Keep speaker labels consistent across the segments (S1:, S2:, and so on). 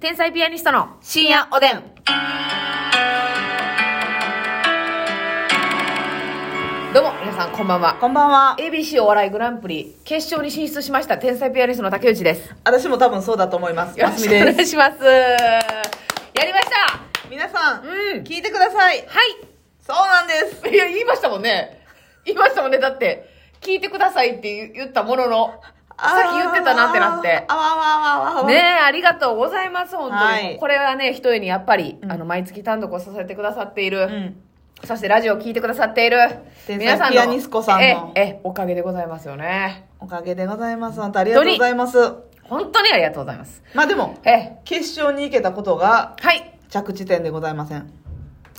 S1: 天才ピアニストの深夜おでん。どうも、皆さん、こんばんは。
S2: こんばんは。
S1: ABC お笑いグランプリ決勝に進出しました天才ピアニストの竹内です。
S2: 私も多分そうだと思います。
S1: よ
S2: よ
S1: ろ
S2: し
S1: し
S2: み
S1: くお願
S2: で
S1: い
S2: す。
S1: します。やりました
S2: 皆さん、
S1: うん
S2: 聞いてくださ
S1: は
S2: い。そうなんです。
S1: いいや、言いましたもんね。言いましたもんね。だって、聞いてくださいって言ったものの、さっき言ってたなってなって。
S2: あわあわあわあわあわ。
S1: ねえ、ありがとうございます、本当に。
S2: はい
S1: これはね、一重にやっぱり、
S2: うん
S1: あの、毎月単独をさせてくださっている、
S2: うん。
S1: そしてラジオを聞いてくださっている、
S2: 天才ピアニスコさんの
S1: え、え、おかげでございますよね。
S2: おかげでございます。本当ありがとうございます。
S1: 本当にありがとうございます。
S2: まあでも、
S1: え、
S2: 決勝に行けたことが
S1: はい、
S2: 着地点でございません。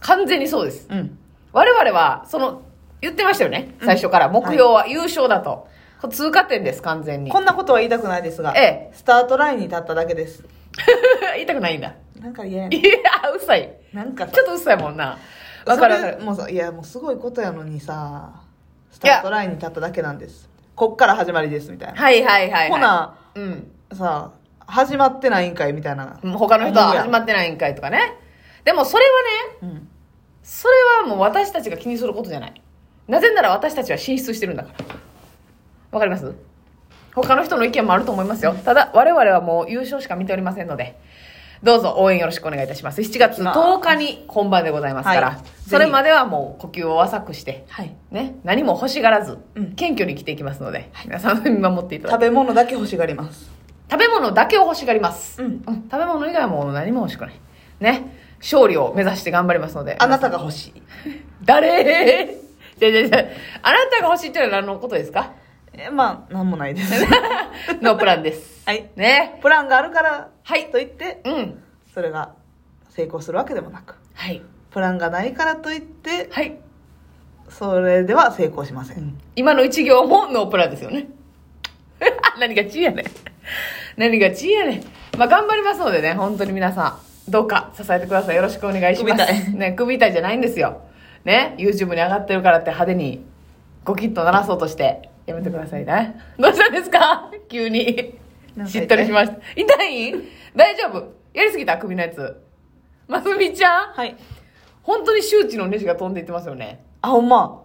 S1: 完全にそうです。
S2: うん。
S1: 我々は、その、言ってましたよね、最初から。目標は優勝だと。これ通過点です、完全に。
S2: こんなことは言いたくないですが、
S1: え
S2: スタートラインに立っただけです。
S1: 言いたくないんだ。
S2: なんか嫌や
S1: い
S2: ね。
S1: や、うっさい。
S2: なんかさ
S1: ちょっとうっさいもんな。わかるわか
S2: そ
S1: る。
S2: れもうさいやもうすごいことやのにさスタートラインに立っただけなんですこっから始まりですみたいな、
S1: はいはいはい、はい。
S2: ほな
S1: うん。
S2: さ始まってないんかいみたいな
S1: 他の人は始ま
S2: っ
S1: ってないんかいとかね。でもそれはね、
S2: うん、
S1: それはもう私たちが気にすることじゃない。なぜなら私たちは進出してるんだから。わかります他の人の意見もあると思いますよ。ただ、我々はもう優勝しか見ておりませんので、どうぞ応援よろしくお願いいたします。7月10日に本番でございますから、
S2: はい
S1: それまではもう呼吸を浅くして、
S2: はい
S1: ね、何も欲しがらず、
S2: うん
S1: 謙虚に生きていきますので、皆さん見守っていただ
S2: 食
S1: いて
S2: べ物だけ欲しがります
S1: 食べ物だけを欲しがります、
S2: うん
S1: 食べ物以外はもう何も欲しくないね勝利を目指して頑張りますので
S2: あなたが欲しい
S1: 誰 じゃじゃじゃあなたが欲しいっていうのは何のことですか
S2: えまあなんもないです
S1: のプランです
S2: はい
S1: ね
S2: プランがあるから
S1: はい
S2: といって
S1: うん
S2: それが成功するわけでもなく
S1: はい
S2: プランがないからといって
S1: はい、
S2: それでは成功しません、
S1: 今の一行もノープランですよ ね何がちやねん何がちやねんまあ頑張りますのでね本当に皆さんどうか支えてくださいよろしくお願いします
S2: 組みたい
S1: ね組みたいじゃないんですよね YouTube に上がってるからって派手にゴキッと鳴らそうとしてやめてくださいねどうしたんですか急に
S2: なんか痛い
S1: しっとりしました痛い大丈夫やりすぎた首のやつますみちゃん
S2: はい
S1: 本当に周知のネジが飛んでいってますよね
S2: あほんま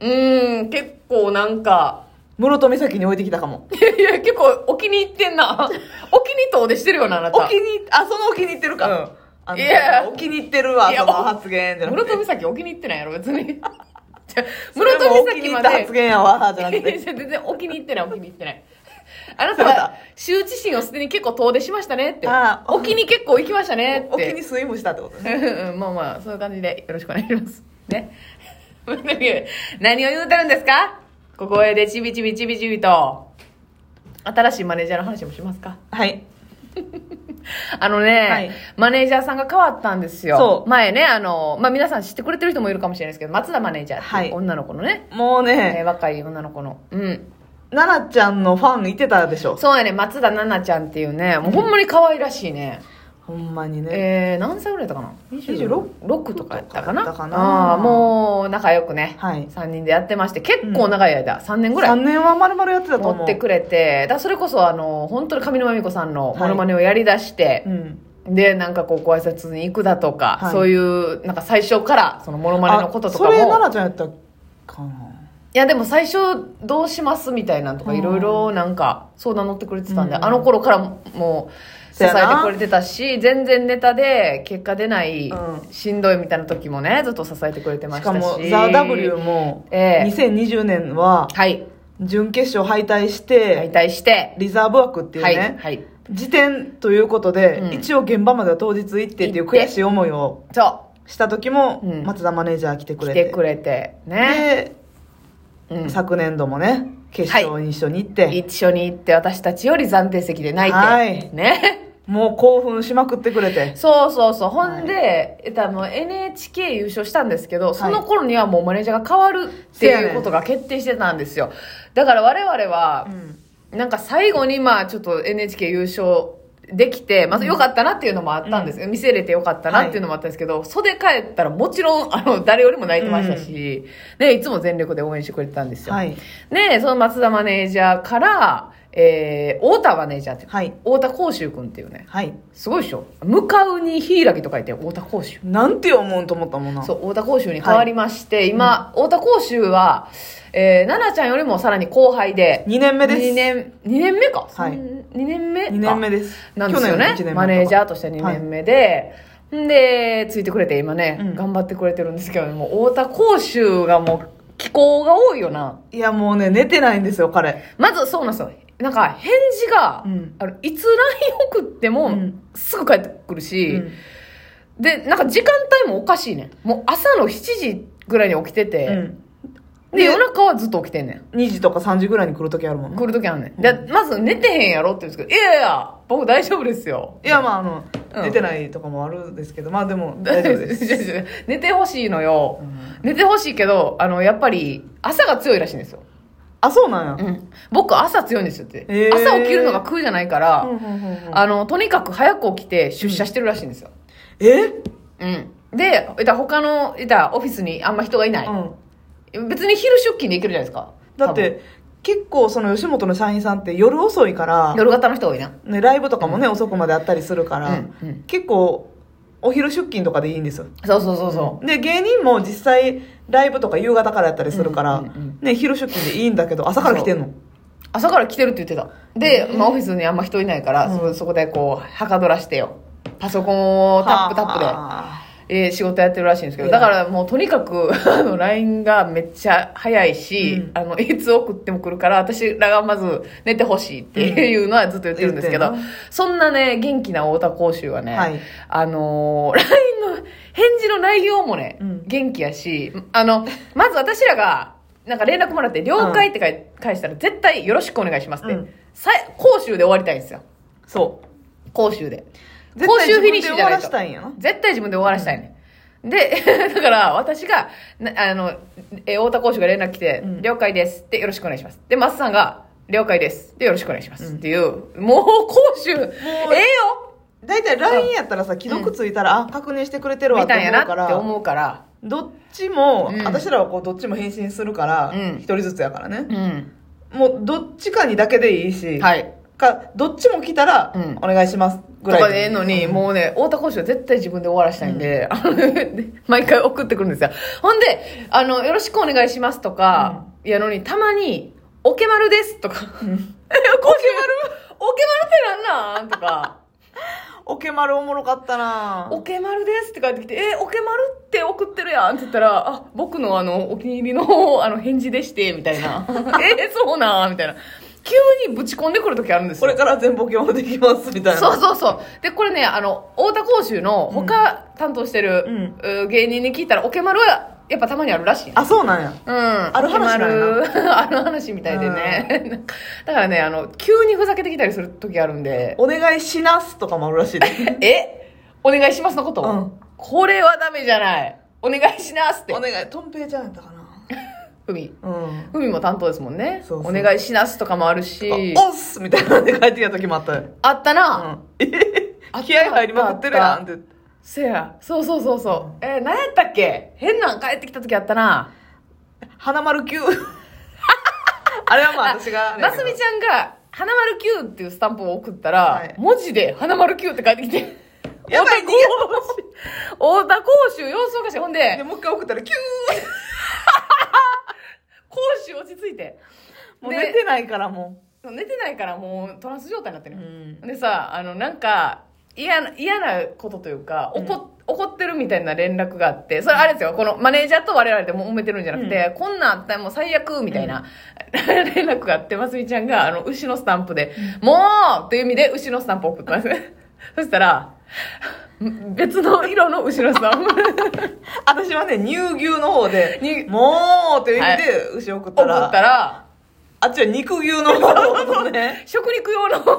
S1: うーん結構なんか
S2: 室戸岬に置いてきたかも
S1: いやいや、結構お気に入ってん な。お気に入ったおでしてるよな、あなた。
S2: お気に入っあそのお気に入ってるか、
S1: うん
S2: あの
S1: いや
S2: お気に入ってるわ
S1: い
S2: そ
S1: や
S2: の発言じゃな
S1: 室
S2: くて
S1: 戸岬お気に入ってないやろ、別 に。じゃ
S2: それ
S1: 室
S2: も
S1: 戸
S2: お気
S1: 岬
S2: に入
S1: ま
S2: った
S1: で
S2: 発。言やわじゃなく
S1: いや
S2: て
S1: 全然お気に入ってない、お気に入ってない。あなた
S2: そう
S1: は
S2: だ
S1: 羞恥心を捨てに結構遠出しましたねって。
S2: ああ
S1: お気に結構行きましたねって。
S2: お気にスイムしたってことね
S1: うんうんまあまあ、そういう感じでよろしくお願いします。ね。 何を言うてるんですかここへでちびちびちびちびと。新しいマネージャーの話もしますか
S2: はい
S1: あのね、
S2: はい
S1: マネージャーさんが変わったんですよ。
S2: そう
S1: 前ね、あの、まあ、皆さん知ってくれてる人もいるかもしれないですけど、松田マネージャーっていう
S2: はい
S1: 女の子のね、
S2: もう
S1: えー
S2: ね
S1: 若い女の子の。うん。
S2: 奈々ちゃんのファンいてたでしょ
S1: そうやね、松田奈々ちゃんっていうね、もうほんまに可愛らしいね。
S2: ほんまにね、
S1: えー、何歳ぐらいだったかな
S2: 26
S1: 6とかやったかな
S2: だったかな
S1: あーもう仲良くね、
S2: はい
S1: 3人でやってまして、結構長い間、3年ぐらい
S2: 3。年はまるまるやってたと
S1: 持
S2: 思う
S1: ってくれて、だからそれこそあの、本当に上沼恵美子さんのモノマネをやり出して、
S2: うん
S1: で、なんかこう、ご挨拶に行くだとか、
S2: はい
S1: そういう、なんか最初から、その、モノマネのこととかも。
S2: あそれ奈
S1: い
S2: 々ちゃんやったかな
S1: や、でも最初、どうしますみたいなんとか、
S2: うん
S1: いろいろ、なんか、相談乗ってくれてたんで、
S2: うん
S1: あの頃からもう、支
S2: そ
S1: え
S2: や
S1: て
S2: な
S1: くれてたし、全然ネタで、結果出ない、
S2: う
S1: しんどいみたいな時もね、ずっと支えてくれてま
S2: し
S1: した
S2: か
S1: し。
S2: も「THEW」も
S1: ええ
S2: 2020年は
S1: はい。
S2: 準決勝敗退し
S1: 解
S2: て
S1: 体して、
S2: リザーブ枠っていう
S1: はい。
S2: ね
S1: はい。
S2: 時点ということで、
S1: うん
S2: 一応現場までは当日行ってっていう悔しい思いを
S1: そ
S2: した時も、
S1: うん
S2: 松田マネージャー来て
S1: う。
S2: く
S1: 来
S2: れて
S1: てくれて、ね。うん
S2: で、昨年度もね決勝に一緒に行って、
S1: 一緒に行って、私たちより暫定席で泣いて、
S2: はい
S1: ね。
S2: もう興奮しまくってくれて
S1: そうそうそう。ほんで、えっと、あの、NHK 優勝したんですけど、その頃にはもうマネージャーが変わるって
S2: せや
S1: い
S2: ね
S1: うんことが決定してたんですよ。だから我々は、なんか最後にまあちょっと NHK 優勝できて、まあ良かったなっていうのもあったんですよ。見せれて良かったなっていうのもあったんですけど、袖帰ったらもちろん、あの、誰よりも泣いてましたし、ね、いつも全力で応援してくれてたんですよ。
S2: はい
S1: で、その松田マネージャーから、えー、太田マネージャーっていう、
S2: はい
S1: 太田幸秀君っていうね、
S2: はい
S1: すごいでしょ向かうに柊と書いて太田幸秀。
S2: なんて思うんと思ったもんな
S1: そう、太田幸秀に変わりまして、今、太田幸秀は、えー、奈々ちゃんよりもさらに後輩で、
S2: 2年目です
S1: 2年、二年目か、
S2: はい
S1: 2年目か
S2: 二年目です
S1: なんですよ
S2: 去年の一年目
S1: ね。
S2: と
S1: マネージャーとして2年目で、んで、ついてくれて今ね、
S2: うん
S1: 頑張ってくれてるんですけど、もう太田幸秀がもう気候が多いよな。
S2: いやもうね寝てないんですよ彼
S1: まずそうなんですよ。なんか返事が、
S2: うん
S1: あのいつ LINE 送っても、
S2: うん
S1: すぐ帰ってくるし、
S2: うん
S1: で、なんか時間帯もおかしいねん。もう朝の7時ぐらいに起きてて、
S2: うん
S1: で、夜中はずっと起きてんねん。
S2: 2時とか3時ぐらいに来る時あるもんな
S1: 来るときあんねん。で、まず寝てへんやろって言うんですけど、いやいや、僕大丈夫ですよ。
S2: いやまああの、
S1: うん
S2: 寝てないとかもあるんですけどまあで も
S1: 大
S2: 大
S1: 丈
S2: 丈
S1: 夫
S2: 夫
S1: で
S2: ですす
S1: 寝てほしいのよ、
S2: うん
S1: 寝てほしいけどあのやっぱり朝が強いらしいんですよ、
S2: あそうなんや、
S1: 僕朝強いんですよって、
S2: へー
S1: 朝起きるのが苦じゃないから、
S2: うんうんうんうん
S1: あのとにかく早く起きて出社してるらしいんですよ、
S2: え
S1: うんでえだ他のえだオフィスにあんま人がいない、
S2: うん
S1: 別に昼出勤で行けるじゃないですか
S2: だって結構その吉本の社員さんって夜遅い
S1: 多
S2: か
S1: 分
S2: ら、
S1: 夜型の人が多いな
S2: ね、ライブとかもね、遅くまであったりするから、
S1: うんうん
S2: 結構お昼出勤とかでいいんですよ
S1: そうそうそうそう、
S2: で芸人も実際ライブとか夕方からやったりするから、
S1: うんうんうん
S2: ね、昼出勤でいいんだけど朝から来てんの
S1: 朝から来てるって言ってたで、まあ、オフィスにあんま人いないから、
S2: う
S1: そ
S2: ん
S1: そこでこうはかどらしてよパソコンをタップタップで
S2: で
S1: えー仕事やってるらしいんですけど、
S2: 偉
S1: だ
S2: い
S1: からもうとにかく、 あの、LINE がめっちゃ早いし、
S2: うん
S1: あの、いつ送っても来るから、私らがまず寝てほしいっていうのはずっと言ってるんですけど、
S2: 言ってん
S1: そんなね、元気な太田講習はね、
S2: はい
S1: あのー LINE の返事の内容もね、
S2: うん
S1: 元気やし、あの、まず私らが、なんか連絡もらって、了解ってかい返したら、絶対よろしくお願いしますって、
S2: うん
S1: さ講習で終わりたいんですよ。
S2: そう
S1: 講習で。
S2: 絶対
S1: 講習フィニッシュじゃないと
S2: 自分で終わらし。たいんやな
S1: 絶対自分で終わらしたいね、ん、で だから私がなあのえ太田講師が連絡来て「
S2: うん
S1: 了解です」でよろしくお願いします」で桝さんが「了解です」でよろしくお願いします、
S2: うん
S1: っていうもう講習ええよ
S2: 大体 LINE やったらさ既読ついたら、あ確認してくれてるわ
S1: み
S2: って
S1: たい
S2: 思
S1: やな
S2: うから
S1: って思うから
S2: どっちも、
S1: うん
S2: 私らはこうどっちも返信するから
S1: うん
S2: 一、人ずつやからね
S1: う、ん
S2: もうどっちかにだけでいいし、
S1: はい
S2: かどっちも来たら、
S1: うん
S2: お願いしますぐ
S1: と
S2: らい
S1: かでええのに、もうね、太田講師は絶対自分で終わらしたいんで、あの で毎回送ってくるんですよ。ほんで、あの、よろしくお願いしますとか、やのに、たまに、おけまるですとか、
S2: うん、うん
S1: え、おけまるおけまるってなんなんとか。
S2: おけまるおもろかったな
S1: おけまるですって返ってきて、えーおけまるって送ってるやんって言ったら、あ、僕のあの、お気に入りの、あの、返事でして、みたい な。えーそうなんみたいな。急にぶち込んでくる時あるんですよ。
S2: これから全部共有できますみたい な
S1: そうそうそう。で、これね、あの、太田講習の他担当してる、う芸人に聞いたら、おけまるは、やっぱたまにあるらしいね。
S2: あそうなんや
S1: うん。あ
S2: る話なんや
S1: る、 ある話みたいでね。 だからね、あの、急にふざけてきたりする時あるんで、
S2: お願いしますとかもあるらし いで
S1: えお願いしますのこと、
S2: うん
S1: これはダメじゃない。お願いしますって
S2: お。願いとんぺいちゃんやったかな
S1: ふみ。
S2: うん
S1: ふみも担当ですもんね。
S2: そうそう
S1: お願いしますとかもあるし。
S2: おっすみたいなんで帰ってきた時もあったよ、
S1: あった
S2: う
S1: な。
S2: ん、えへへ気合入りまくってるやんって
S1: せや。そうそうそうそう。えー、何やったっけ変なん帰ってきた時あったな。
S2: 花丸級あれはまあ私があれや
S1: な
S2: け
S1: す
S2: ど
S1: みちゃんが、花丸 Q っていうスタンプを送ったら、
S2: はい
S1: 文字で花丸 Q って書いてきて。
S2: やばい逃げ
S1: 大田講習様子おかしい。ほん
S2: で
S1: で、
S2: もう一回送ったらキュ
S1: 講習落ち着いて。
S2: ーもう
S1: で
S2: 寝てないからも
S1: 寝てないからもうトランス状態になってる、
S2: う、ん、
S1: でさあのなんか嫌な嫌なことというか怒,、怒ってるみたいな連絡があってそれあれですよこのマネージャーと我々でも揉めてるんじゃなくて、こんなんあったらもう最悪みたいな、連絡があってますみちゃんがあの牛のスタンプで「もう!」という意味で牛のスタンプ送ったんです そしたら別の色の牛のスタ ンプ
S2: 私はね乳牛の方で
S1: に
S2: 「もう」という意味で牛送ったら,、
S1: 送ったら
S2: あっちは肉牛の方のね
S1: 食肉用の方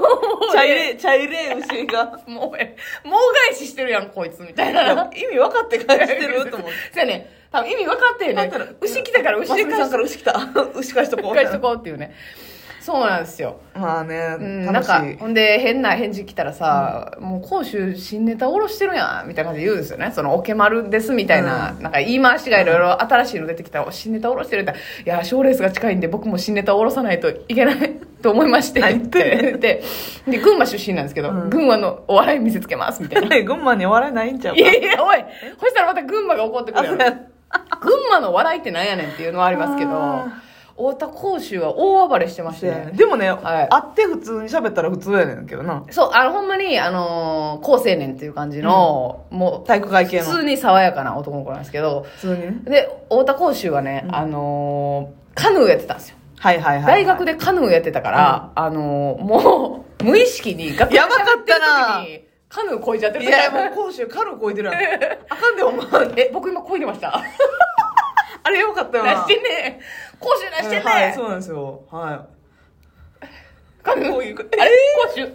S1: で
S2: 茶入れ茶入れ牛が
S1: もうえもう返ししてるやんこいつみたい
S2: い
S1: な
S2: や意味分かって返してると思って。
S1: そうやね多分意味分かってへんね
S2: 分かってる
S1: 牛来たから牛
S2: マス
S1: で
S2: ミさ
S1: 返
S2: ん
S1: し
S2: から牛来た。 牛返しとこう。
S1: 返しとこうっていうねそうなんですよ、
S2: まあ
S1: う
S2: ね、
S1: ん、なん
S2: 楽し
S1: か
S2: い。
S1: ほんで変な返事来たらさ、もう講習新ネタおろしてるやんみたいな感じで言うんですよねその「おけまるです」みたいな,、なんか言い回しがいろいろ新しいの出てきたらお「新ネタおろしてる」って「いや賞レースが近いんで僕も新ネタおろさないといけない」と思いまして、
S2: 何言ってんねん
S1: で、で群馬出身なんですけど、
S2: うん
S1: 群馬のお笑い見せつけます、みたいな。
S2: 群馬に笑いないんちゃう
S1: いやいや、おい、そしたらまた群馬が怒ってくるやろ群馬の笑いってなんやねんっていうのはありますけど
S2: あ、
S1: 太田甲州は大暴れしてましたね。
S2: でもね、
S1: はい
S2: 会って普通に喋ったら普通やねんけどな
S1: そう、あの、ほんまに、あのー、高青年っていう感じの、もう、
S2: 体育会系の
S1: 普通に爽やかな男の子なんですけど、
S2: 普通にね
S1: で、太田甲州はね、
S2: うん
S1: あのー、カヌーやってたんですよ。
S2: はいはいはい、
S1: 大学でカヌーやってたから、あのー、もう、無意識に、学
S2: やばかったな
S1: 喋ってる時にカヌー超えちゃってる
S2: いやもう講師カルこいてるやん あかんでお前
S1: え、僕今超えてました。
S2: あれよかったよ
S1: 出
S2: な
S1: してね甲州出してね、
S2: うんはいそうなんですよは
S1: カヌー、あれ甲州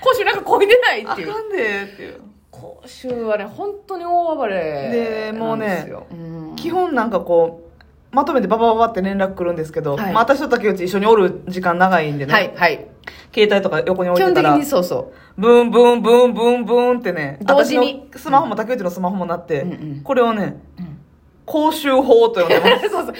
S1: 甲州なんか超えてない
S2: い
S1: っ
S2: あ
S1: ていう
S2: か。んでっていう
S1: 甲州はね、本当に大暴れ
S2: でも
S1: な
S2: うんね
S1: ですよ。うん
S2: 基本なんかこうまとめてババババって連絡来るんですけど、
S1: はい
S2: まあ、私と竹内一緒におる時間長いんでね、
S1: はい、はい。
S2: 携帯とか横に置
S1: 基
S2: いて
S1: 本
S2: た
S1: 的
S2: ら
S1: にそうそ
S2: ブンブンブンブンブンってね
S1: 同時に
S2: 私のスマホも竹内のスマホもなって、
S1: うんうん
S2: これをね
S1: う。うん
S2: 公衆法と呼んでます
S1: そうそう。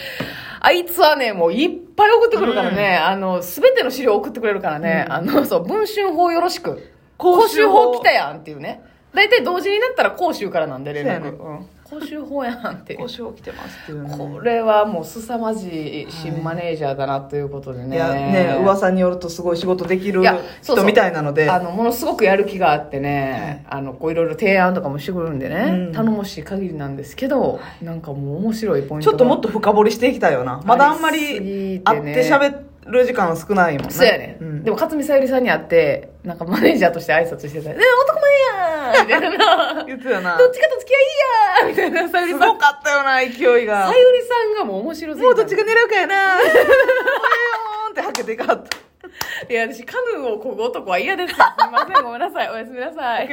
S1: あいつはね、もういっぱい送ってくるからね、あの、すべての資料送ってくれるからね、
S2: うん
S1: あの、そう、文春法よろしく。
S2: 公
S1: 公
S2: 衆
S1: 衆
S2: 法
S1: 法来たやんっていうね。大体同時になったら公衆からなんで連絡。
S2: そうやね
S1: うん公衆法やんっていう
S2: 公。衆法来てますっていうね
S1: これはもう凄まじい新マネージャーだなということでね。
S2: いやね噂によるとすごい仕事できる
S1: いやそうそ
S2: 人
S1: う
S2: みたいなので
S1: あの、ものすごくやる気があってね、あの、こういろいろ提案とかもしてくるんでね、
S2: うん
S1: 頼もしい限りなんですけど、なんかもう面白いポイン
S2: ち
S1: ト
S2: ょっともっ
S1: と、
S2: と深掘りしていきたいよなまだあんま
S1: ありすぎ
S2: り
S1: て
S2: 会っ
S1: ね
S2: て喋る時間少ないもんね
S1: そうやね。
S2: ん
S1: でも、勝見さゆりさんに会って、なんかマネージャーとして挨拶して たら、ね、男前やんみたいな。どっ
S2: 言ってたよな
S1: ちかと付き合いいやみたいな、さゆ
S2: す
S1: りさん。
S2: ごかったよな勢いが
S1: さゆりさんがもう面白すぎ
S2: もうどっち
S1: が
S2: が狙うかやな おえよーんってはけていかはった
S1: いや、私、カヌーをこぐ男は嫌です。すみません、ごめんなさい。おやすみなさい。